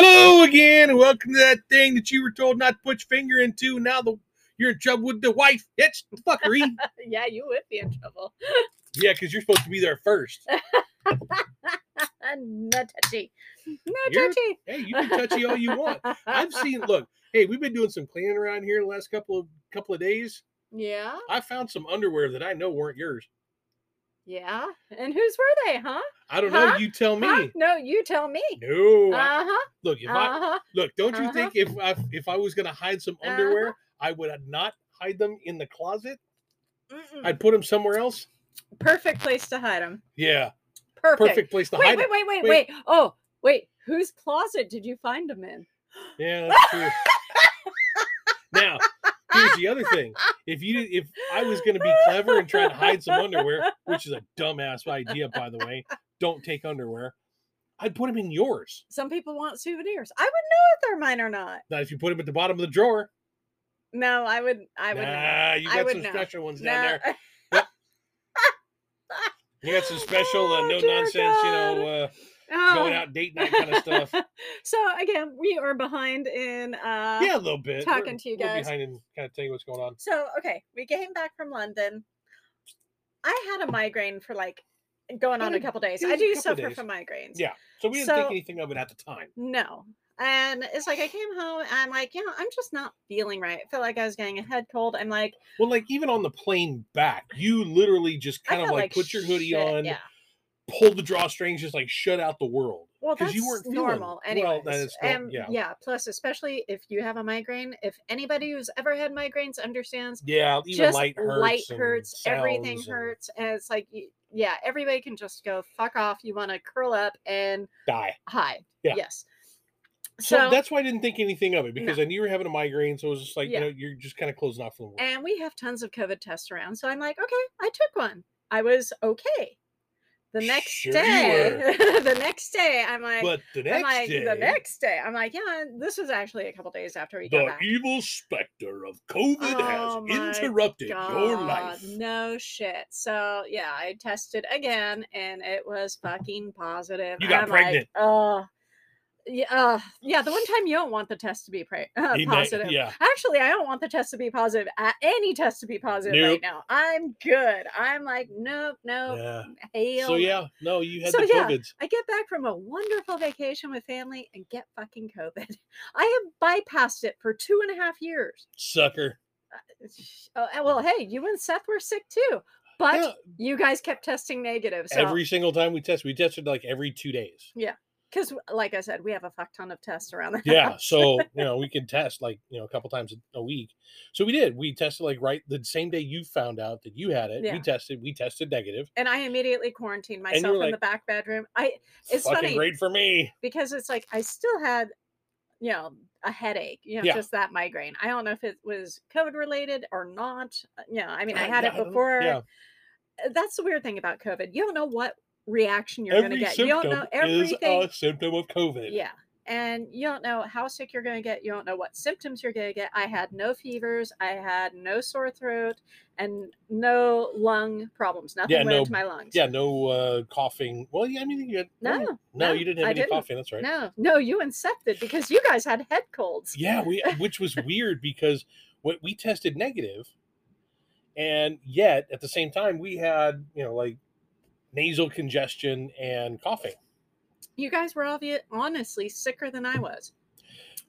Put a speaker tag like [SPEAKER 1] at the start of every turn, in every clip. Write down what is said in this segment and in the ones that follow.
[SPEAKER 1] again, and welcome to that thing that you were told not to put your finger into. And now the you're in trouble with the wife. It's the fuckery.
[SPEAKER 2] yeah, you would be in trouble.
[SPEAKER 1] yeah, because you're supposed to be there first.
[SPEAKER 2] no touchy. No
[SPEAKER 1] You're-
[SPEAKER 2] touchy.
[SPEAKER 1] Hey, you can touchy all you want. I've seen. Look, hey, we've been doing some cleaning around here the last couple of couple of days.
[SPEAKER 2] Yeah,
[SPEAKER 1] I found some underwear that I know weren't yours.
[SPEAKER 2] yeah. And whose were they, huh?
[SPEAKER 1] I don't know.
[SPEAKER 2] Huh?
[SPEAKER 1] You tell me.
[SPEAKER 2] Huh? No, you tell me.
[SPEAKER 1] No, I-
[SPEAKER 2] Uh huh.
[SPEAKER 1] look if I
[SPEAKER 2] Uh huh.
[SPEAKER 1] look, don't you
[SPEAKER 2] Uh-huh.
[SPEAKER 1] think if I if I was gonna hide some
[SPEAKER 2] Uh-huh.
[SPEAKER 1] underwear, I would not hide them in the closet. I'd put them somewhere else.
[SPEAKER 2] Perfect place to hide them.
[SPEAKER 1] Yeah,
[SPEAKER 2] Perfect.
[SPEAKER 1] perfect, place to
[SPEAKER 2] Wait,
[SPEAKER 1] hide
[SPEAKER 2] wait,
[SPEAKER 1] them.
[SPEAKER 2] wait, wait,
[SPEAKER 1] Wait.
[SPEAKER 2] wait. Oh, wait. Whose closet did you find them in?
[SPEAKER 1] Yeah, that's true. now, here's the other thing: if you did- if I was gonna be clever and try to hide some underwear, which is a dumbass idea, by the way, don't take underwear. I'd put them in yours.
[SPEAKER 2] Some people want souvenirs. I would know if they're mine or not.
[SPEAKER 1] Now, if you put them at the bottom of the drawer,
[SPEAKER 2] No, I would. I would. know.
[SPEAKER 1] nah, you
[SPEAKER 2] I
[SPEAKER 1] got
[SPEAKER 2] would
[SPEAKER 1] some
[SPEAKER 2] know.
[SPEAKER 1] special ones down
[SPEAKER 2] No.
[SPEAKER 1] there. You got some special, uh,
[SPEAKER 2] Oh,
[SPEAKER 1] no
[SPEAKER 2] dear
[SPEAKER 1] nonsense, you know, uh, going
[SPEAKER 2] Oh.
[SPEAKER 1] out date night kind of stuff.
[SPEAKER 2] so again, we are behind in. Uh,
[SPEAKER 1] yeah, a little bit. We're-
[SPEAKER 2] talking to you
[SPEAKER 1] we're
[SPEAKER 2] guys.
[SPEAKER 1] behind and kind of tell you what's going on.
[SPEAKER 2] So okay, we came back from London. I had a migraine for like going on a
[SPEAKER 1] Kinda-
[SPEAKER 2] couple days.
[SPEAKER 1] Mm, it
[SPEAKER 2] I
[SPEAKER 1] was a
[SPEAKER 2] do
[SPEAKER 1] couple
[SPEAKER 2] suffer
[SPEAKER 1] days.
[SPEAKER 2] from migraines.
[SPEAKER 1] Yeah. So we didn't think
[SPEAKER 2] So-
[SPEAKER 1] anything of it at the time.
[SPEAKER 2] No. And it's like I came home and I'm like, you know, I'm just not feeling right. I felt like I was getting a head cold. I'm like,
[SPEAKER 1] Well, like even on the plane back, you literally just
[SPEAKER 2] I
[SPEAKER 1] kind of
[SPEAKER 2] felt
[SPEAKER 1] like,
[SPEAKER 2] like
[SPEAKER 1] put your hoodie
[SPEAKER 2] shit,
[SPEAKER 1] on,
[SPEAKER 2] Yeah.
[SPEAKER 1] pull the drawstrings, just like shut out the world.
[SPEAKER 2] Well, that's
[SPEAKER 1] you weren't feeling-
[SPEAKER 2] normal
[SPEAKER 1] well, that
[SPEAKER 2] anyways.
[SPEAKER 1] is nor-
[SPEAKER 2] um,
[SPEAKER 1] yeah.
[SPEAKER 2] Plus, especially if you have a migraine, if anybody who's ever had migraines understands,
[SPEAKER 1] Yeah, even
[SPEAKER 2] just
[SPEAKER 1] light hurts. and
[SPEAKER 2] hurts, everything
[SPEAKER 1] sounds and
[SPEAKER 2] hurts, and it's like, y- yeah, everybody can just go fuck off. You want to curl up and
[SPEAKER 1] Die.
[SPEAKER 2] hide.
[SPEAKER 1] Yeah.
[SPEAKER 2] Yes.
[SPEAKER 1] So,
[SPEAKER 2] So,
[SPEAKER 1] that's why I didn't think anything of it
[SPEAKER 2] No.
[SPEAKER 1] because I knew you were having a migraine. So it was just like,
[SPEAKER 2] Yeah.
[SPEAKER 1] you know, you're just kind of closing off from the world.
[SPEAKER 2] and we have tons of COVID tests around. So I'm like, okay, I took one. I was okay. The next
[SPEAKER 1] Sure you
[SPEAKER 2] day, the next day, I'm like,
[SPEAKER 1] but the next
[SPEAKER 2] I'm like,
[SPEAKER 1] day,
[SPEAKER 2] the next day, I'm like, yeah, this was actually a couple days after we got
[SPEAKER 1] the
[SPEAKER 2] back.
[SPEAKER 1] evil specter of COVID
[SPEAKER 2] Oh my
[SPEAKER 1] has interrupted your
[SPEAKER 2] God,
[SPEAKER 1] life.
[SPEAKER 2] no shit. So yeah, I tested again, and it was fucking positive.
[SPEAKER 1] Uh-huh. You got
[SPEAKER 2] I'm
[SPEAKER 1] pregnant.
[SPEAKER 2] Like, oh. Yeah, uh, yeah. The one time you don't want the test to be pre- uh,
[SPEAKER 1] He may-
[SPEAKER 2] positive.
[SPEAKER 1] yeah.
[SPEAKER 2] Actually, I don't want the test to be positive. At any test to be positive
[SPEAKER 1] Nope.
[SPEAKER 2] right now. I'm good. I'm like, nope, nope.
[SPEAKER 1] Yeah.
[SPEAKER 2] Hell.
[SPEAKER 1] So
[SPEAKER 2] no.
[SPEAKER 1] yeah, no, you had
[SPEAKER 2] So,
[SPEAKER 1] the
[SPEAKER 2] yeah.
[SPEAKER 1] COVID.
[SPEAKER 2] I get back from a wonderful vacation with family and get fucking COVID. I have bypassed it for two and a half years.
[SPEAKER 1] Sucker.
[SPEAKER 2] Sh- Oh, eh, well, hey, you and Seth were sick too, but
[SPEAKER 1] Yeah,
[SPEAKER 2] you guys kept testing negative. So,
[SPEAKER 1] every single time we test, we tested like every two days.
[SPEAKER 2] because, like I said, we have a fuck ton of tests around. The
[SPEAKER 1] Yeah.
[SPEAKER 2] house.
[SPEAKER 1] So, you know, we can test like, you know, a couple times a week. So we did. We tested like right the same day you found out that you had it.
[SPEAKER 2] Yeah.
[SPEAKER 1] We tested, we tested negative.
[SPEAKER 2] And I immediately quarantined
[SPEAKER 1] you
[SPEAKER 2] myself
[SPEAKER 1] were
[SPEAKER 2] in the
[SPEAKER 1] like-
[SPEAKER 2] back bedroom. I It's
[SPEAKER 1] Fucking
[SPEAKER 2] funny.
[SPEAKER 1] great for me.
[SPEAKER 2] because it's like I still had, you know, a headache. You know,
[SPEAKER 1] Yeah.
[SPEAKER 2] just that migraine. I don't know if it was COVID related or not. uh, You know, I mean, I
[SPEAKER 1] Oh,
[SPEAKER 2] had
[SPEAKER 1] yeah,
[SPEAKER 2] it
[SPEAKER 1] don't-
[SPEAKER 2] before.
[SPEAKER 1] Yeah.
[SPEAKER 2] Uh, That's the weird thing about COVID. You don't know what reaction you're going to
[SPEAKER 1] Every
[SPEAKER 2] get. You don't
[SPEAKER 1] symptom
[SPEAKER 2] know
[SPEAKER 1] is
[SPEAKER 2] everything.
[SPEAKER 1] a symptom of COVID.
[SPEAKER 2] Yeah. And you don't know how sick you're going to get. You don't know what symptoms you're going to get. I had no fevers. I had no sore throat and no lung problems. Nothing
[SPEAKER 1] Yeah,
[SPEAKER 2] went
[SPEAKER 1] no-
[SPEAKER 2] into my lungs.
[SPEAKER 1] Yeah. No uh, coughing. Well, yeah, I mean, you had,
[SPEAKER 2] No,
[SPEAKER 1] no,
[SPEAKER 2] no,
[SPEAKER 1] you didn't have
[SPEAKER 2] I
[SPEAKER 1] any
[SPEAKER 2] didn't.
[SPEAKER 1] coughing. That's right.
[SPEAKER 2] No, no, you incepted because you guys had head colds.
[SPEAKER 1] Yeah, we which was weird because what we tested negative, and yet at the same time we had you know like nasal congestion and coughing.
[SPEAKER 2] You guys were obvi- honestly sicker than I was.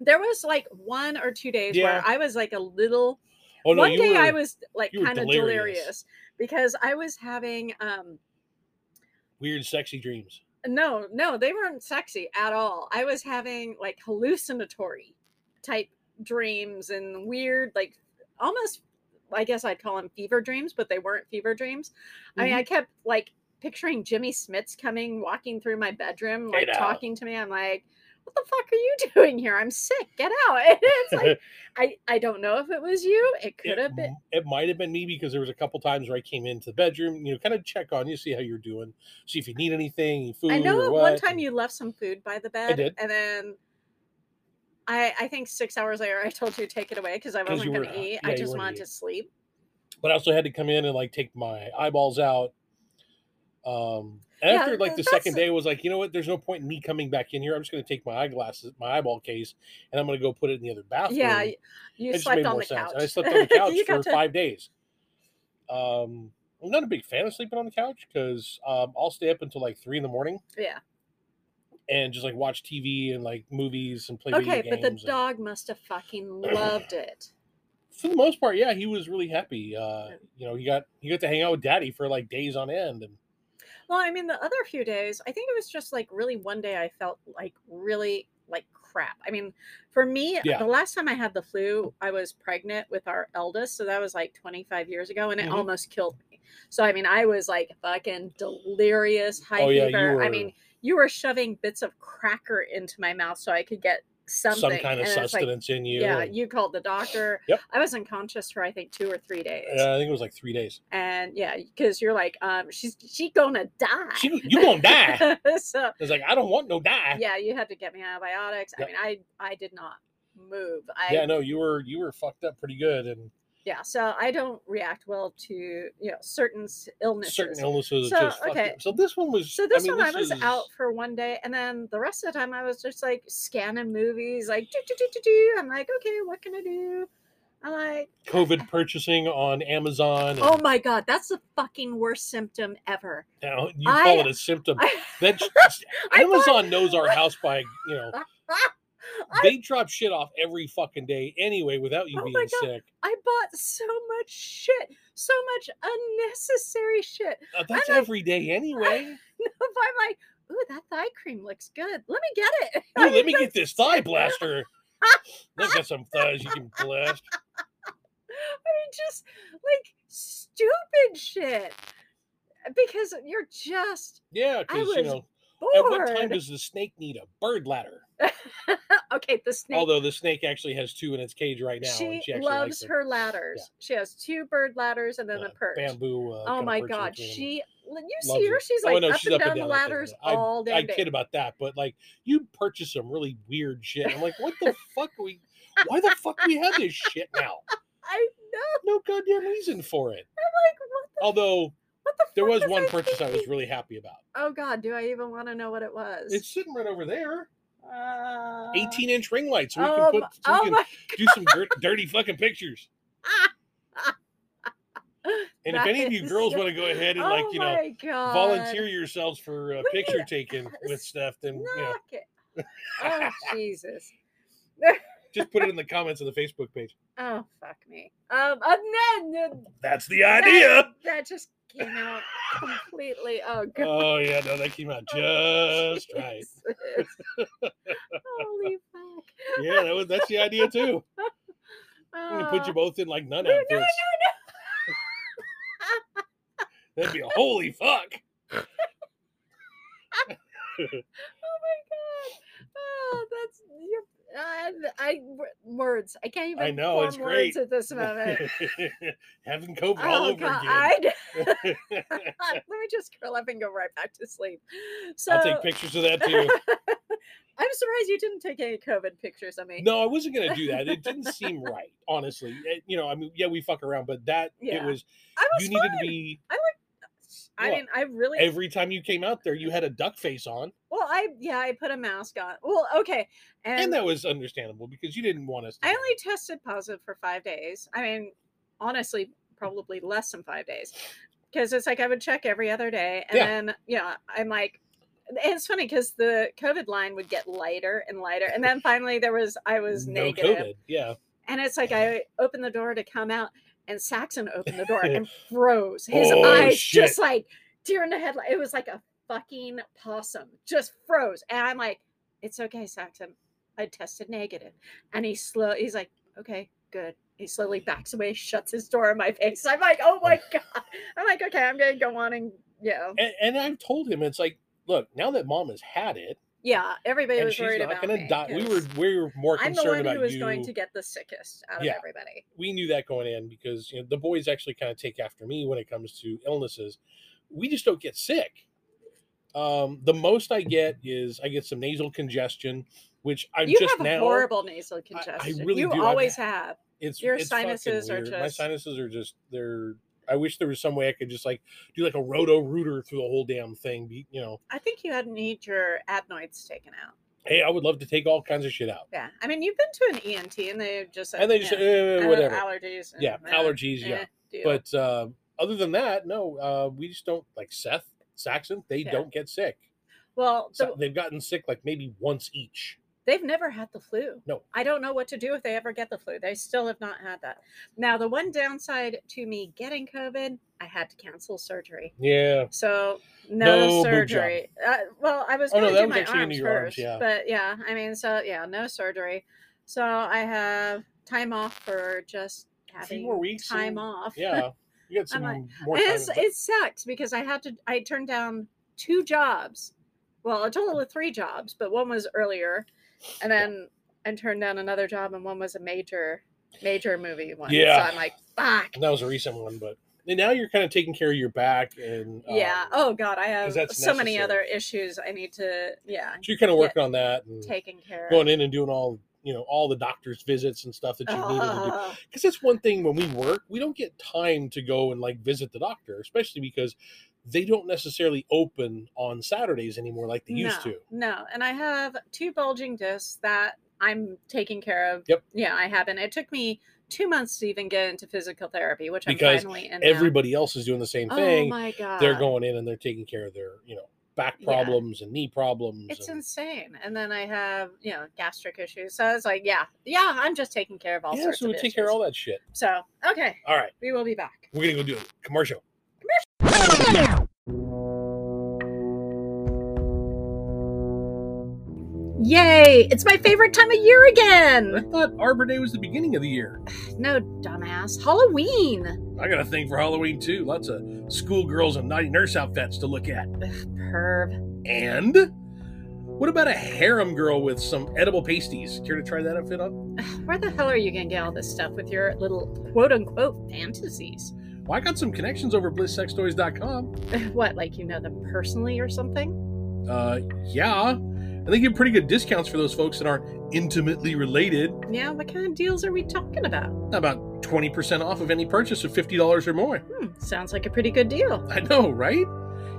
[SPEAKER 2] There was like one or two days
[SPEAKER 1] Yeah.
[SPEAKER 2] where I was like a little
[SPEAKER 1] Oh no,
[SPEAKER 2] one
[SPEAKER 1] you
[SPEAKER 2] day
[SPEAKER 1] were,
[SPEAKER 2] I was like
[SPEAKER 1] you were
[SPEAKER 2] kind of delirious.
[SPEAKER 1] delirious.
[SPEAKER 2] because I was having um
[SPEAKER 1] weird sexy dreams.
[SPEAKER 2] no, no, they weren't sexy at all. I was having like hallucinatory type dreams and weird like almost I guess I'd call them fever dreams, but they weren't fever dreams. I mean, I
[SPEAKER 1] Mm-hmm.
[SPEAKER 2] kept like picturing Jimmy Smits coming walking through my bedroom like
[SPEAKER 1] Get out.
[SPEAKER 2] talking to me. I'm like, "What the fuck are you doing here? I'm sick. Get out." And it's like I I don't know if it was you. It could have
[SPEAKER 1] it,
[SPEAKER 2] been.
[SPEAKER 1] m- it might have been me because there was a couple times where I came into the bedroom, you know, kind of check on you, see how you're doing, see if you need anything, any food.
[SPEAKER 2] I know
[SPEAKER 1] or
[SPEAKER 2] at one
[SPEAKER 1] what,
[SPEAKER 2] time
[SPEAKER 1] and-
[SPEAKER 2] you left some food by the bed,
[SPEAKER 1] did.
[SPEAKER 2] and then I I think six hours later I told you to take it away because I
[SPEAKER 1] 'Cause you
[SPEAKER 2] wasn't going
[SPEAKER 1] were-
[SPEAKER 2] to eat.
[SPEAKER 1] yeah,
[SPEAKER 2] I
[SPEAKER 1] you
[SPEAKER 2] just
[SPEAKER 1] weren't
[SPEAKER 2] wanted
[SPEAKER 1] eating.
[SPEAKER 2] to sleep.
[SPEAKER 1] but I also had to come in and like take my eyeballs out. Um,
[SPEAKER 2] Yeah,
[SPEAKER 1] After like the
[SPEAKER 2] that's-
[SPEAKER 1] second day was like, you know what? There's no point in me coming back in here. I'm just going to take my eyeglasses, my eyeball case, and I'm going to go put it in the other bathroom.
[SPEAKER 2] yeah,
[SPEAKER 1] It
[SPEAKER 2] y- you
[SPEAKER 1] just
[SPEAKER 2] slept
[SPEAKER 1] made
[SPEAKER 2] on
[SPEAKER 1] more
[SPEAKER 2] the couch.
[SPEAKER 1] sense. And I slept on the couch
[SPEAKER 2] You
[SPEAKER 1] for
[SPEAKER 2] got to-
[SPEAKER 1] five days. Um, I'm not a big fan of sleeping on the couch because um, I'll stay up until like three in the morning
[SPEAKER 2] Yeah.
[SPEAKER 1] and just like watch TV and like movies and play
[SPEAKER 2] Okay,
[SPEAKER 1] video
[SPEAKER 2] but the
[SPEAKER 1] games. and-
[SPEAKER 2] dog must have fucking loved it.
[SPEAKER 1] for the most part, yeah, he was really happy. Uh,
[SPEAKER 2] Yeah.
[SPEAKER 1] you know, he got he got to hang out with daddy for like days on end, and
[SPEAKER 2] Well, I mean, the other few days, I think it was just like really one day I felt like really like crap. I mean, for me,
[SPEAKER 1] Yeah.
[SPEAKER 2] the last time I had the flu, I was pregnant with our eldest. So that was like 25 years ago and it
[SPEAKER 1] Mhm.
[SPEAKER 2] almost killed me. So, I mean, I was like fucking delirious, high
[SPEAKER 1] oh yeah, you
[SPEAKER 2] fever.
[SPEAKER 1] were
[SPEAKER 2] I mean, you were shoving bits of cracker into my mouth so I could get something.
[SPEAKER 1] some kind of
[SPEAKER 2] and it's like,
[SPEAKER 1] sustenance in you.
[SPEAKER 2] yeah,
[SPEAKER 1] and-
[SPEAKER 2] you called the doctor.
[SPEAKER 1] Yep.
[SPEAKER 2] I was unconscious for I think two or three days.
[SPEAKER 1] yeah, uh, I think it was like three days.
[SPEAKER 2] And yeah, because you're like, um, she's she gonna die.
[SPEAKER 1] She, you gonna die.
[SPEAKER 2] so
[SPEAKER 1] It's like I don't want no die.
[SPEAKER 2] yeah, you had to get me antibiotics. I
[SPEAKER 1] Yep.
[SPEAKER 2] mean, I I did not move. I
[SPEAKER 1] Yeah, no, you were you were fucked up pretty good, and
[SPEAKER 2] yeah, so I don't react well to you know certain s- illnesses.
[SPEAKER 1] certain illnesses
[SPEAKER 2] So,
[SPEAKER 1] just fucked
[SPEAKER 2] okay.
[SPEAKER 1] up. So this one was.
[SPEAKER 2] so
[SPEAKER 1] I
[SPEAKER 2] this
[SPEAKER 1] mean,
[SPEAKER 2] one I was
[SPEAKER 1] this
[SPEAKER 2] out
[SPEAKER 1] is-
[SPEAKER 2] for one day, and then the rest of the time I was just like scanning movies, like do do do do do. I'm like, okay, what can I do? I'm like,
[SPEAKER 1] COVID purchasing on Amazon. And
[SPEAKER 2] oh my god, that's the fucking worst symptom ever.
[SPEAKER 1] now you call
[SPEAKER 2] I-
[SPEAKER 1] it a symptom.
[SPEAKER 2] I,
[SPEAKER 1] That's
[SPEAKER 2] I bought-
[SPEAKER 1] Amazon knows our house by you know
[SPEAKER 2] I-
[SPEAKER 1] they drop shit off every fucking day anyway without you
[SPEAKER 2] Oh my
[SPEAKER 1] being
[SPEAKER 2] God.
[SPEAKER 1] sick.
[SPEAKER 2] I bought so much shit, so much unnecessary shit.
[SPEAKER 1] Uh, that's
[SPEAKER 2] like-
[SPEAKER 1] every day anyway.
[SPEAKER 2] if I'm like, ooh, that thigh cream looks good. Let me get it.
[SPEAKER 1] Ooh, let me get this thigh blaster. Look at some thighs you can blast.
[SPEAKER 2] I mean, just like stupid shit. Because you're just
[SPEAKER 1] Yeah, because you
[SPEAKER 2] was
[SPEAKER 1] know, at
[SPEAKER 2] bored.
[SPEAKER 1] what time does the snake need a bird ladder?
[SPEAKER 2] okay, the snake.
[SPEAKER 1] Although the snake actually has two in its cage right now,
[SPEAKER 2] she
[SPEAKER 1] and she actually
[SPEAKER 2] loves
[SPEAKER 1] likes the,
[SPEAKER 2] her ladders. She has two bird ladders and then
[SPEAKER 1] uh,
[SPEAKER 2] a perch.
[SPEAKER 1] bamboo. Uh,
[SPEAKER 2] oh
[SPEAKER 1] kinda
[SPEAKER 2] my
[SPEAKER 1] perch in
[SPEAKER 2] god,
[SPEAKER 1] between them.
[SPEAKER 2] she. when You
[SPEAKER 1] Loves
[SPEAKER 2] see her,
[SPEAKER 1] it.
[SPEAKER 2] she's
[SPEAKER 1] Oh, I
[SPEAKER 2] like
[SPEAKER 1] know,
[SPEAKER 2] up,
[SPEAKER 1] she's
[SPEAKER 2] and down the ladders
[SPEAKER 1] I-
[SPEAKER 2] all day.
[SPEAKER 1] I kid about that, but like you purchase some really weird shit. I'm like, what the fuck? Are we why the fuck we have this shit now?
[SPEAKER 2] I know.
[SPEAKER 1] No goddamn reason for it.
[SPEAKER 2] Like what? The,
[SPEAKER 1] Although
[SPEAKER 2] what the?
[SPEAKER 1] Oh, there
[SPEAKER 2] fuck
[SPEAKER 1] was one
[SPEAKER 2] I
[SPEAKER 1] purchase I was
[SPEAKER 2] thinking?
[SPEAKER 1] really happy about.
[SPEAKER 2] Oh god, do I even want to know what it was?
[SPEAKER 1] It's sitting right over there.
[SPEAKER 2] uh,
[SPEAKER 1] 18 inch ring lights. So we
[SPEAKER 2] Oh,
[SPEAKER 1] can
[SPEAKER 2] my-
[SPEAKER 1] put so we
[SPEAKER 2] oh
[SPEAKER 1] can
[SPEAKER 2] my
[SPEAKER 1] do some dirt, dirty fucking pictures. And if any of you
[SPEAKER 2] Nice.
[SPEAKER 1] girls want to go ahead and like
[SPEAKER 2] oh
[SPEAKER 1] you know
[SPEAKER 2] my God.
[SPEAKER 1] volunteer yourselves for uh,
[SPEAKER 2] Look at
[SPEAKER 1] picture taking with stuff, then
[SPEAKER 2] Knock
[SPEAKER 1] you know
[SPEAKER 2] it. Oh Jesus.
[SPEAKER 1] just put it in the comments of the Facebook page.
[SPEAKER 2] Oh fuck me. Um. uh, no, no,
[SPEAKER 1] That's the
[SPEAKER 2] that-
[SPEAKER 1] idea.
[SPEAKER 2] That, just came out completely. Oh God.
[SPEAKER 1] Oh yeah, no, that came out
[SPEAKER 2] Oh,
[SPEAKER 1] just right.
[SPEAKER 2] Jesus. Holy fuck.
[SPEAKER 1] Yeah, that was that's the idea too. I'm gonna put
[SPEAKER 2] Oh,
[SPEAKER 1] you both in like nun
[SPEAKER 2] no, no,
[SPEAKER 1] outfits. That'd be a holy fuck.
[SPEAKER 2] oh my God. Oh, that's your. I, I words. I can't even.
[SPEAKER 1] I know,
[SPEAKER 2] form
[SPEAKER 1] it's great.
[SPEAKER 2] words at this moment.
[SPEAKER 1] Having COVID all
[SPEAKER 2] oh
[SPEAKER 1] over
[SPEAKER 2] God.
[SPEAKER 1] again.
[SPEAKER 2] I Let me just curl up and go right back to sleep. So
[SPEAKER 1] I'll take pictures of that too.
[SPEAKER 2] I'm surprised you didn't take any COVID pictures of me.
[SPEAKER 1] No, I wasn't gonna do that. It didn't seem right, honestly. It- you know, I mean, yeah, we fuck around, but that it
[SPEAKER 2] Yeah.
[SPEAKER 1] was
[SPEAKER 2] I was
[SPEAKER 1] you needed to
[SPEAKER 2] fine.
[SPEAKER 1] be
[SPEAKER 2] I
[SPEAKER 1] what?
[SPEAKER 2] mean, I really
[SPEAKER 1] every time you came out there, you had a duck face on,
[SPEAKER 2] well, I yeah, I put a mask on. Well, okay, and,
[SPEAKER 1] and, that was understandable because you didn't want us. To
[SPEAKER 2] I
[SPEAKER 1] know.
[SPEAKER 2] only tested positive for five days. I mean, honestly, probably less than five days because it's like I would check every other day, and
[SPEAKER 1] Yeah.
[SPEAKER 2] then yeah, I'm like. and It's funny because the COVID line would get lighter and lighter, and then finally there was I was
[SPEAKER 1] no
[SPEAKER 2] negative,
[SPEAKER 1] COVID. Yeah,
[SPEAKER 2] And it's like I opened the door to come out, and Saxon opened the door and froze. His
[SPEAKER 1] Oh,
[SPEAKER 2] eyes
[SPEAKER 1] shit.
[SPEAKER 2] just like deer in the headlight. It was like a fucking possum, just froze. And I'm like, "It's okay, Saxon. I tested negative." And he slow. He's like, "Okay, good." He slowly backs away, shuts his door in my face. I'm like, "Oh my god!" I'm like, "Okay, I'm gonna go on and yeah,
[SPEAKER 1] and, and I've told him it's like, look, now that mom has had it,
[SPEAKER 2] yeah." Everybody
[SPEAKER 1] and
[SPEAKER 2] was
[SPEAKER 1] she's
[SPEAKER 2] worried
[SPEAKER 1] not
[SPEAKER 2] about
[SPEAKER 1] gonna
[SPEAKER 2] me,
[SPEAKER 1] die. We were
[SPEAKER 2] 'cause
[SPEAKER 1] we were more
[SPEAKER 2] I'm
[SPEAKER 1] concerned
[SPEAKER 2] the one
[SPEAKER 1] about
[SPEAKER 2] who was
[SPEAKER 1] you.
[SPEAKER 2] going to get the sickest out of
[SPEAKER 1] Yeah.
[SPEAKER 2] everybody.
[SPEAKER 1] we knew that going in because you know the boys actually kind of take after me when it comes to illnesses. We just don't get sick. Um, the most I get is I get some nasal congestion, which I'm
[SPEAKER 2] you
[SPEAKER 1] just
[SPEAKER 2] have
[SPEAKER 1] now.
[SPEAKER 2] horrible nasal
[SPEAKER 1] I
[SPEAKER 2] congestion.
[SPEAKER 1] really
[SPEAKER 2] you
[SPEAKER 1] do. I've
[SPEAKER 2] always have.
[SPEAKER 1] It's
[SPEAKER 2] your
[SPEAKER 1] it's fucking
[SPEAKER 2] sinuses are
[SPEAKER 1] weird. my
[SPEAKER 2] just-
[SPEAKER 1] sinuses are just they're I wish there was some way I could just like do like a roto rooter through the whole damn thing. Be you know,
[SPEAKER 2] I think you had need your adenoids taken out.
[SPEAKER 1] hey, I would love to take all kinds of shit out,
[SPEAKER 2] Yeah, I mean you've been to an ENT and they just said,
[SPEAKER 1] and they just
[SPEAKER 2] "Yeah,
[SPEAKER 1] eh,
[SPEAKER 2] uh,
[SPEAKER 1] whatever.
[SPEAKER 2] allergies. and,
[SPEAKER 1] yeah,
[SPEAKER 2] uh,
[SPEAKER 1] allergies. Yeah,
[SPEAKER 2] eh, deal."
[SPEAKER 1] but uh, other than that, no. Uh, we just don't like Seth Saxon. They
[SPEAKER 2] Yeah.
[SPEAKER 1] don't get sick.
[SPEAKER 2] well,
[SPEAKER 1] So
[SPEAKER 2] the-
[SPEAKER 1] they've gotten sick like maybe once each.
[SPEAKER 2] They've never had the flu.
[SPEAKER 1] No.
[SPEAKER 2] I don't know what to do if they ever get the flu. They still have not had that. Now, the one downside to me getting COVID, I had to cancel surgery.
[SPEAKER 1] Yeah,
[SPEAKER 2] So, no,
[SPEAKER 1] No boob job.
[SPEAKER 2] surgery. Uh, well, I was
[SPEAKER 1] Oh,
[SPEAKER 2] going
[SPEAKER 1] no,
[SPEAKER 2] to
[SPEAKER 1] that
[SPEAKER 2] do
[SPEAKER 1] was
[SPEAKER 2] my
[SPEAKER 1] actually into
[SPEAKER 2] arms
[SPEAKER 1] your arms,
[SPEAKER 2] first.
[SPEAKER 1] yeah.
[SPEAKER 2] But yeah, I mean, so yeah, no surgery. So, I have time off for just having
[SPEAKER 1] more weeks
[SPEAKER 2] time
[SPEAKER 1] and-
[SPEAKER 2] off.
[SPEAKER 1] yeah. You got
[SPEAKER 2] I'm
[SPEAKER 1] some
[SPEAKER 2] like,
[SPEAKER 1] more time.
[SPEAKER 2] It's, it sucks because I had to, I turned down two jobs. Well, a total of three jobs, but one was earlier. And
[SPEAKER 1] Yeah.
[SPEAKER 2] then I turned down another job, and one was a major, major movie one.
[SPEAKER 1] Yeah.
[SPEAKER 2] So I'm like, fuck.
[SPEAKER 1] that was a recent one, but and now you're kind of taking care of your back and
[SPEAKER 2] yeah.
[SPEAKER 1] um,
[SPEAKER 2] Oh, God. I have so
[SPEAKER 1] that's
[SPEAKER 2] many
[SPEAKER 1] necessary.
[SPEAKER 2] other issues I need to, yeah,
[SPEAKER 1] so you're kind of
[SPEAKER 2] Yeah.
[SPEAKER 1] working on that and
[SPEAKER 2] taking care
[SPEAKER 1] going
[SPEAKER 2] of.
[SPEAKER 1] in and doing all you know all the doctor's visits and stuff that you needed to do.
[SPEAKER 2] Ugh.
[SPEAKER 1] Because that's one thing when we work, we don't get time to go and like visit the doctor, especially because they don't necessarily open on Saturdays anymore like they used
[SPEAKER 2] no,
[SPEAKER 1] to.
[SPEAKER 2] No, and I have two bulging discs that I'm taking care of.
[SPEAKER 1] Yep.
[SPEAKER 2] Yeah, I haven't. It took me two months to even get into physical therapy, which
[SPEAKER 1] Because
[SPEAKER 2] I'm finally in. now.
[SPEAKER 1] Everybody else is doing the same
[SPEAKER 2] Oh
[SPEAKER 1] thing.
[SPEAKER 2] my god,
[SPEAKER 1] they're going in and they're taking care of their you know back
[SPEAKER 2] Yeah.
[SPEAKER 1] problems and knee problems.
[SPEAKER 2] It's
[SPEAKER 1] and,
[SPEAKER 2] insane. And then I have you know gastric issues, so it's like yeah, yeah, I'm just taking care of all
[SPEAKER 1] yeah,
[SPEAKER 2] sorts
[SPEAKER 1] so we
[SPEAKER 2] of
[SPEAKER 1] take care of all that shit.
[SPEAKER 2] issues. So okay,
[SPEAKER 1] All right,
[SPEAKER 2] we will be back.
[SPEAKER 1] we're gonna go do a commercial.
[SPEAKER 2] Yay! It's my favorite time of year again.
[SPEAKER 1] I thought Arbor Day was the beginning of the year.
[SPEAKER 2] No, dumbass, Halloween.
[SPEAKER 1] I got a thing for Halloween too. Lots of schoolgirls and naughty nurse outfits to look at.
[SPEAKER 2] Perv.
[SPEAKER 1] And what about a harem girl with some edible pasties? Care to try that outfit on?
[SPEAKER 2] Where the hell are you gonna get all this stuff with your little quote unquote fantasies?
[SPEAKER 1] Well, I got some connections over at blisssextoys.com.
[SPEAKER 2] what, like you know them personally or something?
[SPEAKER 1] Uh, yeah. And they give pretty good discounts for those folks that aren't intimately related.
[SPEAKER 2] Yeah, what kind of deals are we talking about?
[SPEAKER 1] About 20% off of any purchase of $50 or more.
[SPEAKER 2] Hmm, sounds like a pretty good deal.
[SPEAKER 1] I know, right?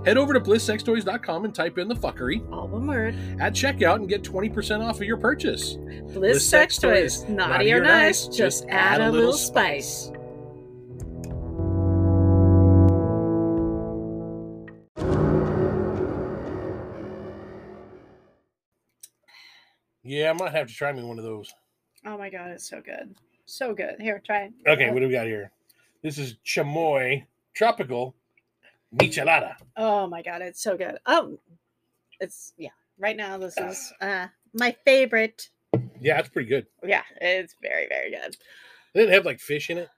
[SPEAKER 1] Head over to blisssextoys.com and type in the fuckery
[SPEAKER 2] All one word.
[SPEAKER 1] at checkout and get 20% off of your purchase.
[SPEAKER 2] Bliss sex toys, naughty or nice, just add a little spice.
[SPEAKER 1] Yeah, I might have to try me one of those.
[SPEAKER 2] Oh my god, it's so good. So good. Here, try it. Oh,
[SPEAKER 1] Okay, what do we got here? This is chamoy tropical michelada.
[SPEAKER 2] Oh my god, it's so good. Oh, it's yeah. Right now, this is uh my favorite.
[SPEAKER 1] Yeah, that's pretty good.
[SPEAKER 2] Yeah, it's very very good.
[SPEAKER 1] They didn't have like fish in it.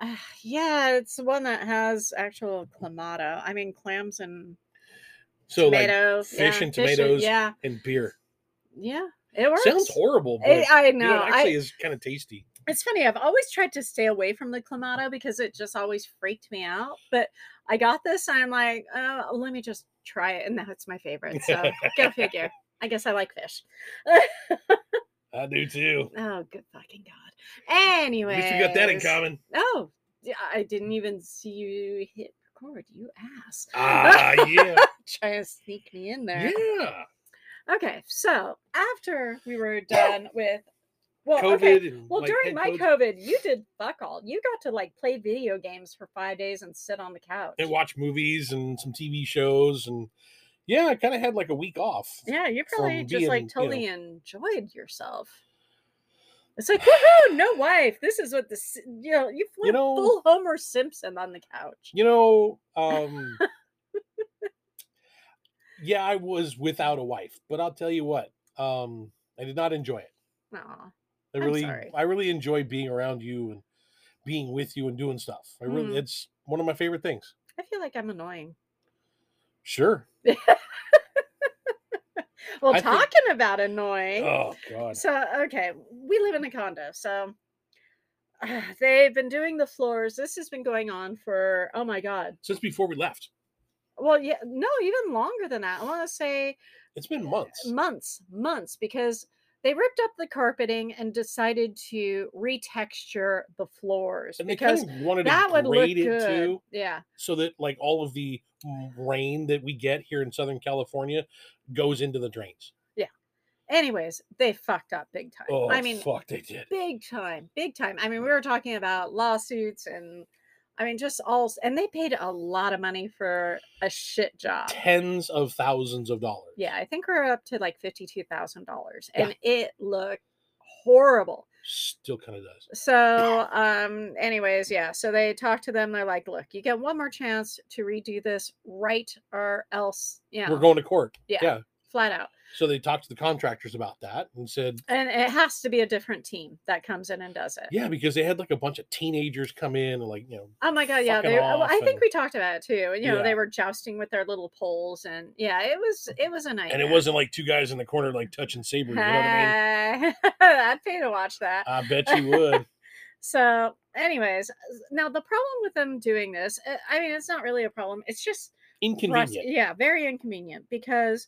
[SPEAKER 2] Uh, yeah, it's the one that has actual clamato. I mean, clams and
[SPEAKER 1] So like
[SPEAKER 2] tomatoes.
[SPEAKER 1] fish
[SPEAKER 2] yeah,
[SPEAKER 1] and tomatoes.
[SPEAKER 2] yeah,
[SPEAKER 1] and beer.
[SPEAKER 2] yeah, it works.
[SPEAKER 1] Sounds horrible, but
[SPEAKER 2] I- I
[SPEAKER 1] you know,
[SPEAKER 2] know.
[SPEAKER 1] it
[SPEAKER 2] I,
[SPEAKER 1] actually is kind of tasty.
[SPEAKER 2] It's funny. I've always tried to stay away from the clamato because it just always freaked me out. But I got this, and I'm like, oh, let me just try it, and now it's my favorite. So go figure. I guess I like fish.
[SPEAKER 1] I do too.
[SPEAKER 2] Oh, good fucking god. Anyway,
[SPEAKER 1] At least we got that in common.
[SPEAKER 2] Oh, yeah, I didn't even see you hit record. You ass.
[SPEAKER 1] Ah, yeah,
[SPEAKER 2] Trying to sneak me in there.
[SPEAKER 1] yeah.
[SPEAKER 2] Okay, so after we were done with, well,
[SPEAKER 1] COVID.
[SPEAKER 2] okay,
[SPEAKER 1] and,
[SPEAKER 2] Well,
[SPEAKER 1] like, head
[SPEAKER 2] during my
[SPEAKER 1] colds
[SPEAKER 2] COVID, you did fuck all. You got to like play video games for five days and sit on the couch.
[SPEAKER 1] and watch movies and some TV shows, and yeah, I kind of had like a week off.
[SPEAKER 2] yeah, you probably
[SPEAKER 1] from
[SPEAKER 2] just
[SPEAKER 1] being, you
[SPEAKER 2] like
[SPEAKER 1] know-
[SPEAKER 2] totally enjoyed yourself. It's like woohoo, no wife. This is what the s- you know you flew
[SPEAKER 1] know-
[SPEAKER 2] full Homer Simpson on the couch.
[SPEAKER 1] You know, um, yeah, I was without a wife, but I'll tell you what, um, I did not enjoy it.
[SPEAKER 2] Aw.
[SPEAKER 1] I
[SPEAKER 2] I'm
[SPEAKER 1] really,
[SPEAKER 2] sorry.
[SPEAKER 1] I really enjoy being around you and being with you and doing stuff. I really,
[SPEAKER 2] Mm.
[SPEAKER 1] it's one of my favorite things.
[SPEAKER 2] I feel like I'm annoying.
[SPEAKER 1] Sure.
[SPEAKER 2] Well,
[SPEAKER 1] I think-
[SPEAKER 2] talking about annoying.
[SPEAKER 1] Oh God.
[SPEAKER 2] So okay, we live in a condo, so they've been doing the floors. This has been going on for oh my god.
[SPEAKER 1] Since before we left,
[SPEAKER 2] Well, yeah, no, even longer than that. I want to say
[SPEAKER 1] it's been months.
[SPEAKER 2] months, months, because They ripped up the carpeting and decided to retexture the floors
[SPEAKER 1] And they
[SPEAKER 2] because
[SPEAKER 1] kind of wanted to
[SPEAKER 2] that would look
[SPEAKER 1] grade it
[SPEAKER 2] good.
[SPEAKER 1] too,
[SPEAKER 2] Yeah,
[SPEAKER 1] so that like all of the rain that we get here in Southern California goes into the drains.
[SPEAKER 2] Anyways, they fucked up big time.
[SPEAKER 1] Oh,
[SPEAKER 2] I mean,
[SPEAKER 1] fuck, they did.
[SPEAKER 2] big time, big time. I mean, we were talking about lawsuits and I mean, just all, s- and they paid a lot of money for a shit job.
[SPEAKER 1] Tens of thousands of dollars.
[SPEAKER 2] Yeah, I think we're up to like $52,000
[SPEAKER 1] Yeah.
[SPEAKER 2] and it looked horrible.
[SPEAKER 1] Still kind of does.
[SPEAKER 2] So, um, anyways, yeah. So they talked to them. They're like, look, you get one more chance to redo this right or else, you know,
[SPEAKER 1] We're going to court.
[SPEAKER 2] Yeah. flat out.
[SPEAKER 1] So they talked to the contractors about that and said,
[SPEAKER 2] And it has to be a different team that comes in and does it.
[SPEAKER 1] yeah, because they had like a bunch of teenagers come in and like, you know,
[SPEAKER 2] Oh my god, yeah.
[SPEAKER 1] fucking
[SPEAKER 2] They, oh, I
[SPEAKER 1] off
[SPEAKER 2] think
[SPEAKER 1] and-
[SPEAKER 2] we talked about it too. You know,
[SPEAKER 1] Yeah.
[SPEAKER 2] they were jousting with their little poles, and yeah, it was it was a night.
[SPEAKER 1] and it wasn't like two guys in the corner like touching sabers. You know what I mean?
[SPEAKER 2] I'd pay to watch that.
[SPEAKER 1] I bet you would.
[SPEAKER 2] So, anyways, now the problem with them doing this, uh, I mean, it's not really a problem. It's just frust-
[SPEAKER 1] Inconvenient.
[SPEAKER 2] yeah, very inconvenient because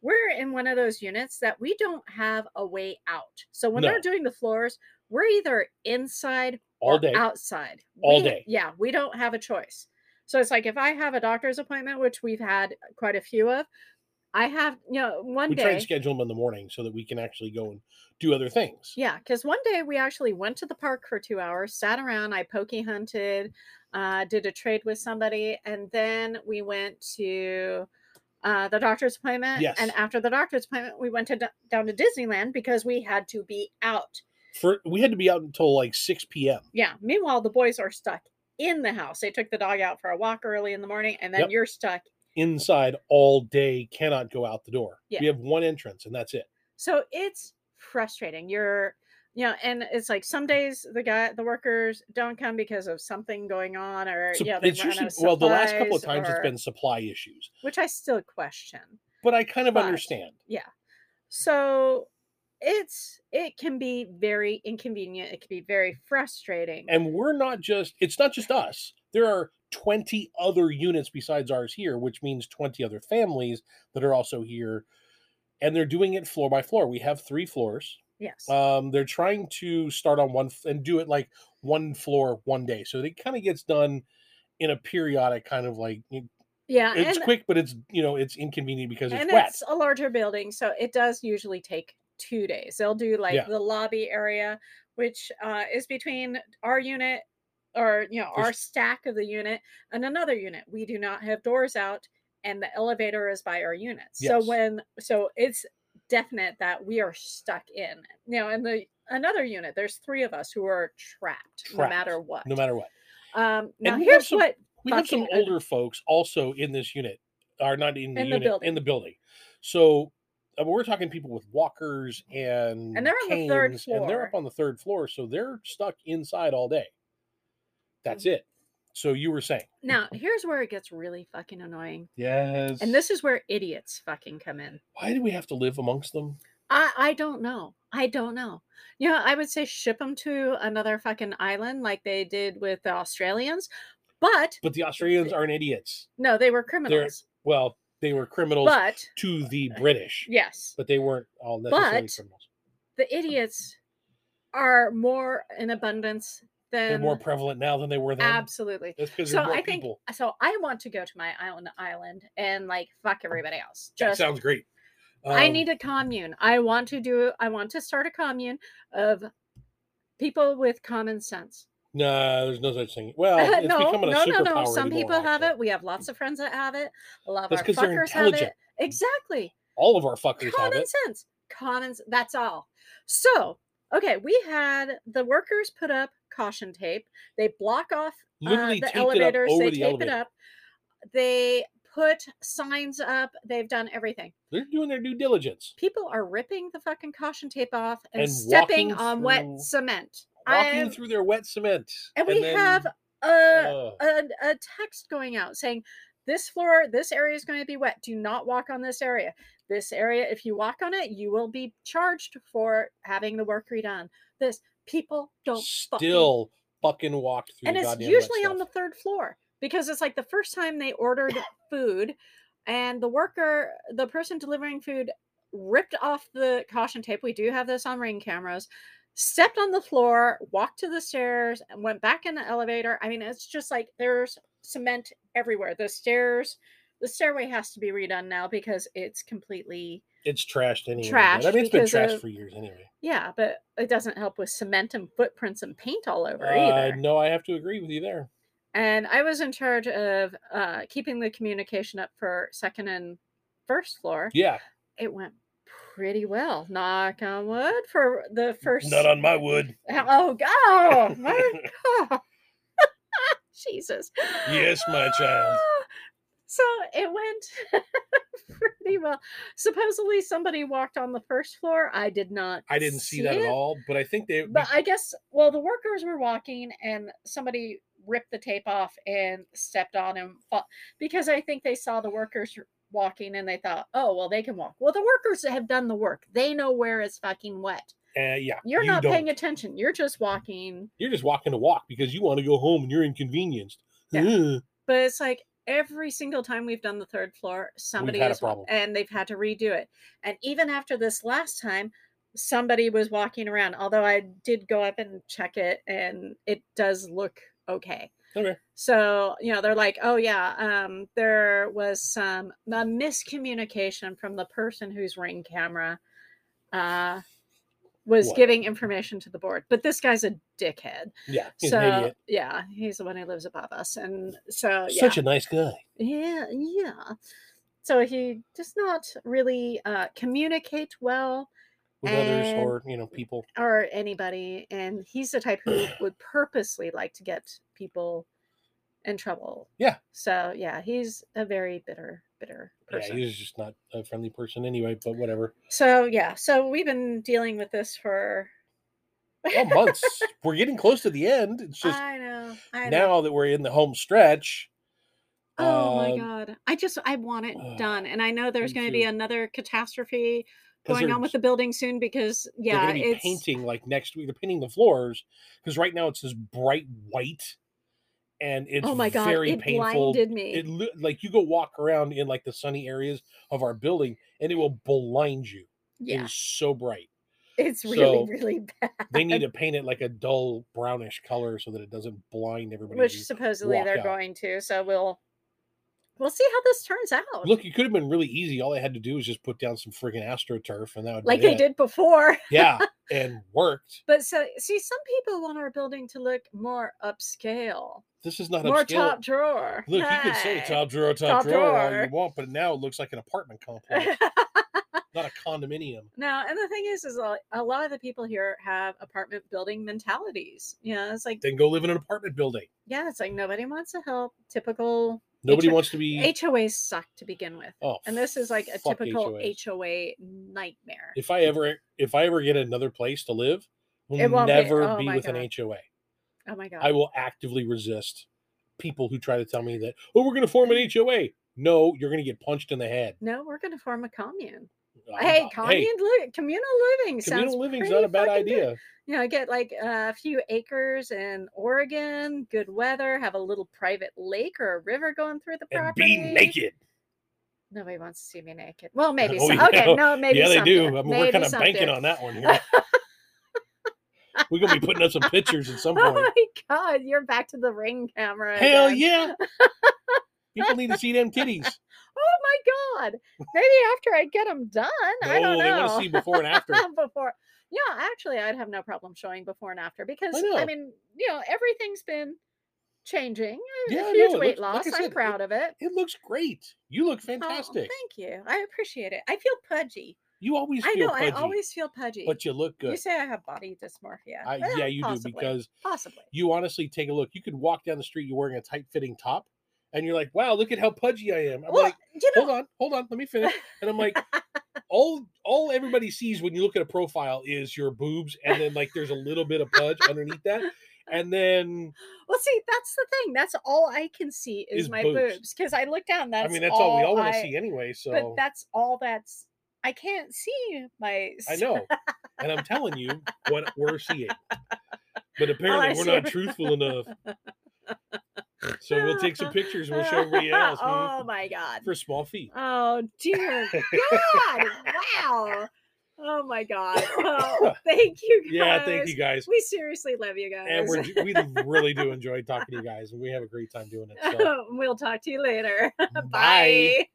[SPEAKER 2] we're in one of those units that we don't have a way out. So when they're
[SPEAKER 1] No.
[SPEAKER 2] doing the floors, we're either inside
[SPEAKER 1] All
[SPEAKER 2] or
[SPEAKER 1] day.
[SPEAKER 2] outside
[SPEAKER 1] All
[SPEAKER 2] We-
[SPEAKER 1] day.
[SPEAKER 2] Yeah, we don't have a choice. So it's like if I have a doctor's appointment, which we've had quite a few of, I have you know one
[SPEAKER 1] We try
[SPEAKER 2] day.
[SPEAKER 1] and schedule them in the morning so that we can actually go and do other things.
[SPEAKER 2] Yeah, because one day we actually went to the park for two hours, sat around, I pokey hunted, uh, did a trade with somebody, and then we went to uh, the doctor's appointment.
[SPEAKER 1] Yes.
[SPEAKER 2] And after the doctor's appointment, we went to d- down to Disneyland because we had to be out.
[SPEAKER 1] For we had to be out until like six p.m.
[SPEAKER 2] Yeah. Meanwhile, the boys are stuck in the house. They took the dog out for a walk early in the morning, and then
[SPEAKER 1] Yep.
[SPEAKER 2] you're stuck
[SPEAKER 1] inside all day. Cannot go out the door.
[SPEAKER 2] Yeah.
[SPEAKER 1] We have one entrance and that's it.
[SPEAKER 2] So it's frustrating. You're, you know, and it's like some days the guy, the workers don't come because of something going on, or
[SPEAKER 1] So
[SPEAKER 2] yeah, they
[SPEAKER 1] it's
[SPEAKER 2] run out
[SPEAKER 1] usually
[SPEAKER 2] of
[SPEAKER 1] well the last couple of
[SPEAKER 2] supplies
[SPEAKER 1] times
[SPEAKER 2] or-
[SPEAKER 1] it's been supply issues,
[SPEAKER 2] which I still question.
[SPEAKER 1] but I kind of
[SPEAKER 2] But-
[SPEAKER 1] understand.
[SPEAKER 2] So it's it can be very inconvenient. It can be very frustrating.
[SPEAKER 1] And we're not just it's not just us. There are 20 other units besides ours here, which means 20 other families that are also here and they're doing it floor by floor. We have 3 floors.
[SPEAKER 2] yes.
[SPEAKER 1] Um they're trying to start on one f- and do it like one floor one day. So it kind of gets done in a periodic kind of like you-
[SPEAKER 2] yeah.
[SPEAKER 1] it's
[SPEAKER 2] and
[SPEAKER 1] quick but it's you know it's inconvenient because it's
[SPEAKER 2] and
[SPEAKER 1] wet.
[SPEAKER 2] it's a larger building, so it does usually take two days. They'll do like
[SPEAKER 1] Yeah.
[SPEAKER 2] the lobby area, which uh, is between our unit or you know our
[SPEAKER 1] There's-
[SPEAKER 2] stack of the unit and another unit. We do not have doors out, and the elevator is by our unit. So
[SPEAKER 1] Yes.
[SPEAKER 2] when so it's definite that we are stuck in you know in the another unit. There's three of us who are trapped, no
[SPEAKER 1] Trapped,
[SPEAKER 2] matter what.
[SPEAKER 1] No matter what.
[SPEAKER 2] um, now
[SPEAKER 1] we have
[SPEAKER 2] here's
[SPEAKER 1] some
[SPEAKER 2] what
[SPEAKER 1] we have some
[SPEAKER 2] fucking un-
[SPEAKER 1] older folks also in this unit are not in the
[SPEAKER 2] In the
[SPEAKER 1] unit in
[SPEAKER 2] building.
[SPEAKER 1] the building so I mean, we're talking people with walkers and
[SPEAKER 2] they're on the third
[SPEAKER 1] canes, and they're up
[SPEAKER 2] floor.
[SPEAKER 1] on the third floor so they're stuck inside all day that's
[SPEAKER 2] Mhm.
[SPEAKER 1] it so you were saying
[SPEAKER 2] now here's where it gets really fucking annoying,
[SPEAKER 1] yes
[SPEAKER 2] and this is where idiots fucking come in.
[SPEAKER 1] why do we have to live amongst them
[SPEAKER 2] I I don't know. I don't know. You know, I would say ship them to another fucking island like they did with the Australians, but
[SPEAKER 1] but the australians aren't idiots
[SPEAKER 2] no, they were criminals.
[SPEAKER 1] well they were criminals
[SPEAKER 2] But
[SPEAKER 1] to the british
[SPEAKER 2] yes,
[SPEAKER 1] but they weren't all necessarily
[SPEAKER 2] But
[SPEAKER 1] criminals
[SPEAKER 2] the idiots are more in abundance than
[SPEAKER 1] they're more prevalent now than they were then
[SPEAKER 2] absolutely.
[SPEAKER 1] that's because
[SPEAKER 2] So
[SPEAKER 1] there's more
[SPEAKER 2] I think
[SPEAKER 1] people
[SPEAKER 2] so. I want to go to my island island and like fuck everybody else.
[SPEAKER 1] Oh, that
[SPEAKER 2] Just
[SPEAKER 1] sounds great
[SPEAKER 2] I
[SPEAKER 1] Um,
[SPEAKER 2] need a commune. I want to do. I want to start a commune of people with common sense.
[SPEAKER 1] No, there's no such thing. Well, it's
[SPEAKER 2] no,
[SPEAKER 1] becoming a
[SPEAKER 2] no, no,
[SPEAKER 1] superpower.
[SPEAKER 2] no. Some
[SPEAKER 1] anymore,
[SPEAKER 2] people have
[SPEAKER 1] actually.
[SPEAKER 2] it. We have lots of friends that have it. A lot of
[SPEAKER 1] That's
[SPEAKER 2] our
[SPEAKER 1] 'cause they're
[SPEAKER 2] fuckers have it.
[SPEAKER 1] intelligent.
[SPEAKER 2] Exactly.
[SPEAKER 1] All of our fuckers have
[SPEAKER 2] Common
[SPEAKER 1] it.
[SPEAKER 2] sense. Common. s- That's all. So, okay, we had the workers put up caution tape. They block off uh,
[SPEAKER 1] Literally
[SPEAKER 2] the
[SPEAKER 1] taped it up
[SPEAKER 2] elevators.
[SPEAKER 1] over
[SPEAKER 2] they
[SPEAKER 1] the
[SPEAKER 2] tape
[SPEAKER 1] elevator.
[SPEAKER 2] it up. They put signs up. They've done everything.
[SPEAKER 1] They're doing their due diligence.
[SPEAKER 2] People are ripping the fucking caution tape off and,
[SPEAKER 1] And
[SPEAKER 2] stepping
[SPEAKER 1] walking
[SPEAKER 2] on
[SPEAKER 1] through-
[SPEAKER 2] wet cement.
[SPEAKER 1] Walking
[SPEAKER 2] I'm-
[SPEAKER 1] through their wet cement.
[SPEAKER 2] and we
[SPEAKER 1] then- oh,
[SPEAKER 2] have a.
[SPEAKER 1] Ugh.
[SPEAKER 2] a, a text going out saying this floor this area is going to be wet do not walk on this area this area if you walk on it you will be charged for having the work redone this people don't fucking-
[SPEAKER 1] still fucking walked through.
[SPEAKER 2] and
[SPEAKER 1] the
[SPEAKER 2] it's
[SPEAKER 1] goddamn wet
[SPEAKER 2] usually on the
[SPEAKER 1] stuff.
[SPEAKER 2] third floor because it's like the first time they ordered food and the worker the person delivering food ripped off the caution tape. We do have this on ring cameras. Stepped on the floor, walked to the stairs, and went back in the elevator. I mean, it's just like there's cement everywhere. The stairs, the stairway has to be redone now because it's completely
[SPEAKER 1] It's trashed anyway.
[SPEAKER 2] Trashed
[SPEAKER 1] but I mean, it's been
[SPEAKER 2] because
[SPEAKER 1] trashed
[SPEAKER 2] of-
[SPEAKER 1] for years anyway.
[SPEAKER 2] yeah, but it doesn't help with cement and footprints and paint all over
[SPEAKER 1] Uh,
[SPEAKER 2] either.
[SPEAKER 1] no, I have to agree with you there.
[SPEAKER 2] and I was in charge of uh, keeping the communication up for second and first floor.
[SPEAKER 1] Yeah,
[SPEAKER 2] It went pretty well. Knock on wood for the first.
[SPEAKER 1] not on my wood.
[SPEAKER 2] Oh God! My God! Jesus.
[SPEAKER 1] Yes, my child.
[SPEAKER 2] Ah, So it went pretty well. Supposedly somebody walked on the first floor. I did not.
[SPEAKER 1] I didn't see that at
[SPEAKER 2] it.
[SPEAKER 1] all, but I think they.
[SPEAKER 2] But I guess well, the workers were walking, and somebody ripped the tape off and stepped on and fall because I think they saw the workers r- walking and they thought, oh well, they can walk. Well, the workers have done the work. They know where it's fucking wet.
[SPEAKER 1] uh, yeah,
[SPEAKER 2] You're
[SPEAKER 1] you
[SPEAKER 2] not paying
[SPEAKER 1] don't.
[SPEAKER 2] attention. You're just walking.
[SPEAKER 1] You're just walking to walk because you want to go home and you're inconvenienced.
[SPEAKER 2] Yeah.
[SPEAKER 1] Ugh.
[SPEAKER 2] But it's like every single time we've done the third floor, somebody
[SPEAKER 1] had a
[SPEAKER 2] has wa-
[SPEAKER 1] problem.
[SPEAKER 2] and they've had to redo it. And even after this last time, somebody was walking around. Although I did go up and check it, and it does look okay.
[SPEAKER 1] Okay.
[SPEAKER 2] So you know they're like, oh yeah, um, there was some a miscommunication from the person whose ring camera uh, was
[SPEAKER 1] What?
[SPEAKER 2] giving information to the board. But this guy's a dickhead.
[SPEAKER 1] Yeah, he's
[SPEAKER 2] so
[SPEAKER 1] an idiot.
[SPEAKER 2] yeah, he's the one who lives above us, and so uh, yeah.
[SPEAKER 1] Such a nice guy.
[SPEAKER 2] Yeah, yeah. So he does not really uh, communicate well
[SPEAKER 1] with others
[SPEAKER 2] And-
[SPEAKER 1] or you know people.
[SPEAKER 2] or anybody, and he's the type who would purposely like to get people in trouble.
[SPEAKER 1] Yeah.
[SPEAKER 2] So yeah, he's a very bitter, bitter person.
[SPEAKER 1] Yeah, he was just not a friendly person anyway. But whatever.
[SPEAKER 2] so yeah, so we've been dealing with this for.
[SPEAKER 1] Well, months. we're getting close to the end. It's just
[SPEAKER 2] I know. I know.
[SPEAKER 1] now that we're in the home stretch.
[SPEAKER 2] Oh
[SPEAKER 1] uh,
[SPEAKER 2] my god! I just I want it
[SPEAKER 1] ugh,
[SPEAKER 2] done, and I know there's
[SPEAKER 1] uh, me
[SPEAKER 2] going to be
[SPEAKER 1] too.
[SPEAKER 2] another catastrophe
[SPEAKER 1] 'cause
[SPEAKER 2] going
[SPEAKER 1] they're-
[SPEAKER 2] on with the building soon because
[SPEAKER 1] They're
[SPEAKER 2] yeah,
[SPEAKER 1] gonna be
[SPEAKER 2] it's
[SPEAKER 1] painting like next week. They're painting the floors because right now it's this bright white, and it's
[SPEAKER 2] oh my god,
[SPEAKER 1] very
[SPEAKER 2] it
[SPEAKER 1] painful.
[SPEAKER 2] blinded me.
[SPEAKER 1] It loo- like you go walk around in like the sunny areas of our building, and it will blind you. It
[SPEAKER 2] yeah,
[SPEAKER 1] is so bright.
[SPEAKER 2] it's
[SPEAKER 1] so
[SPEAKER 2] really really bad.
[SPEAKER 1] They need to paint it like a dull brownish color so that it doesn't blind everybody.
[SPEAKER 2] which
[SPEAKER 1] who-
[SPEAKER 2] supposedly
[SPEAKER 1] walk
[SPEAKER 2] they're
[SPEAKER 1] out.
[SPEAKER 2] going to. So we'll we'll see how this turns out.
[SPEAKER 1] Look, it could have been really easy. All I had to do was just put down some friggin' astroturf, and that would
[SPEAKER 2] like
[SPEAKER 1] be
[SPEAKER 2] they
[SPEAKER 1] it.
[SPEAKER 2] did before.
[SPEAKER 1] yeah, and worked.
[SPEAKER 2] But so see, some people want our building to look more upscale,
[SPEAKER 1] This is not
[SPEAKER 2] more
[SPEAKER 1] upscale.
[SPEAKER 2] top drawer.
[SPEAKER 1] Look, you could say
[SPEAKER 2] Hey.
[SPEAKER 1] top drawer, top,
[SPEAKER 2] top
[SPEAKER 1] drawer, all
[SPEAKER 2] drawer.
[SPEAKER 1] you want, but now it looks like an apartment complex, not a condominium.
[SPEAKER 2] no, and the thing is, is a a lot of the people here have apartment building mentalities. You know, it's like
[SPEAKER 1] Then go live in an apartment building.
[SPEAKER 2] yeah, it's like nobody wants to help. Typical
[SPEAKER 1] Nobody
[SPEAKER 2] H-
[SPEAKER 1] wants to be.
[SPEAKER 2] HOAs suck to begin with.
[SPEAKER 1] oh,
[SPEAKER 2] And this is like a
[SPEAKER 1] fuck
[SPEAKER 2] typical
[SPEAKER 1] HOAs.
[SPEAKER 2] HOA nightmare.
[SPEAKER 1] If I ever, if I ever get another place to live, we'll
[SPEAKER 2] It won't be-
[SPEAKER 1] never
[SPEAKER 2] oh
[SPEAKER 1] be,
[SPEAKER 2] my
[SPEAKER 1] with
[SPEAKER 2] God.
[SPEAKER 1] an HOA.
[SPEAKER 2] oh my god.
[SPEAKER 1] I will actively resist people who try to tell me that, oh, we're going to form an HOA. No, you're going to get punched in the head.
[SPEAKER 2] no, we're going to form a commune.
[SPEAKER 1] I'm
[SPEAKER 2] hey,
[SPEAKER 1] not-
[SPEAKER 2] commune li- communal living
[SPEAKER 1] communal
[SPEAKER 2] sounds
[SPEAKER 1] living's
[SPEAKER 2] pretty
[SPEAKER 1] not a bad
[SPEAKER 2] fucking good.
[SPEAKER 1] idea.
[SPEAKER 2] You know, get like a few acres in Oregon, good weather, have a little private lake or a river going through the
[SPEAKER 1] And
[SPEAKER 2] property.
[SPEAKER 1] be naked.
[SPEAKER 2] Nobody wants to see me naked. Well, maybe.
[SPEAKER 1] Oh,
[SPEAKER 2] some-
[SPEAKER 1] yeah.
[SPEAKER 2] Okay, no, maybe.
[SPEAKER 1] yeah, they do. I
[SPEAKER 2] someday.
[SPEAKER 1] mean,
[SPEAKER 2] Maybe
[SPEAKER 1] we're kind of banking
[SPEAKER 2] someday.
[SPEAKER 1] on that one here. we're gonna be putting up some pictures at some
[SPEAKER 2] Oh
[SPEAKER 1] point.
[SPEAKER 2] my god, you're back to the ring camera.
[SPEAKER 1] Hell
[SPEAKER 2] again.
[SPEAKER 1] yeah! People need to see them titties.
[SPEAKER 2] Oh my god. Maybe after I get them done. I
[SPEAKER 1] No,
[SPEAKER 2] don't know.
[SPEAKER 1] they want to see before and after.
[SPEAKER 2] before yeah actually i'd have no problem showing before and after because i,
[SPEAKER 1] know.
[SPEAKER 2] mean you know everything's been changing I-
[SPEAKER 1] Yeah, I know,
[SPEAKER 2] huge
[SPEAKER 1] it
[SPEAKER 2] weight
[SPEAKER 1] looks- like I
[SPEAKER 2] loss
[SPEAKER 1] said,
[SPEAKER 2] i'm
[SPEAKER 1] it-
[SPEAKER 2] proud of it
[SPEAKER 1] It looks great. You look
[SPEAKER 2] Oh,
[SPEAKER 1] fantastic.
[SPEAKER 2] thank you i appreciate it i feel pudgy
[SPEAKER 1] you always
[SPEAKER 2] i
[SPEAKER 1] feel
[SPEAKER 2] know i
[SPEAKER 1] pudgy,
[SPEAKER 2] always feel pudgy
[SPEAKER 1] but you look
[SPEAKER 2] You
[SPEAKER 1] good.
[SPEAKER 2] say i have body dysmorphia
[SPEAKER 1] I,
[SPEAKER 2] Well,
[SPEAKER 1] yeah, you
[SPEAKER 2] possibly,
[SPEAKER 1] do because
[SPEAKER 2] possibly
[SPEAKER 1] you honestly take a look. You could walk down the street, you're wearing a tight fitting top, and you're like, "Wow, look at how pudgy I am." I'm
[SPEAKER 2] well
[SPEAKER 1] like,
[SPEAKER 2] you know
[SPEAKER 1] "Hold on, hold on, let me finish." And I'm like, all all everybody sees when you look at a profile is your boobs and then like there's a little bit of pudge underneath that and then
[SPEAKER 2] well see that's the thing that's all i can see is,
[SPEAKER 1] Is
[SPEAKER 2] my
[SPEAKER 1] boobs.
[SPEAKER 2] boobs because i look down that's
[SPEAKER 1] i mean that's all, we all want to
[SPEAKER 2] I-
[SPEAKER 1] see anyway
[SPEAKER 2] but
[SPEAKER 1] so
[SPEAKER 2] that's all that's i can't see my
[SPEAKER 1] i know and i'm telling you what we're seeing but
[SPEAKER 2] I
[SPEAKER 1] apparently we're
[SPEAKER 2] see
[SPEAKER 1] not
[SPEAKER 2] are-
[SPEAKER 1] truthful enough So we'll take some pictures. and We'll show everybody else
[SPEAKER 2] oh
[SPEAKER 1] mhm,
[SPEAKER 2] my god.
[SPEAKER 1] for small feet.
[SPEAKER 2] Oh dear God! wow. Oh my God. Oh, thank you guys.
[SPEAKER 1] Yeah, thank you guys.
[SPEAKER 2] We seriously love you guys.
[SPEAKER 1] And we're we really do enjoy talking to you guys. and We have a great time doing it. So.
[SPEAKER 2] we'll talk to you later.
[SPEAKER 1] Bye.
[SPEAKER 2] Bye.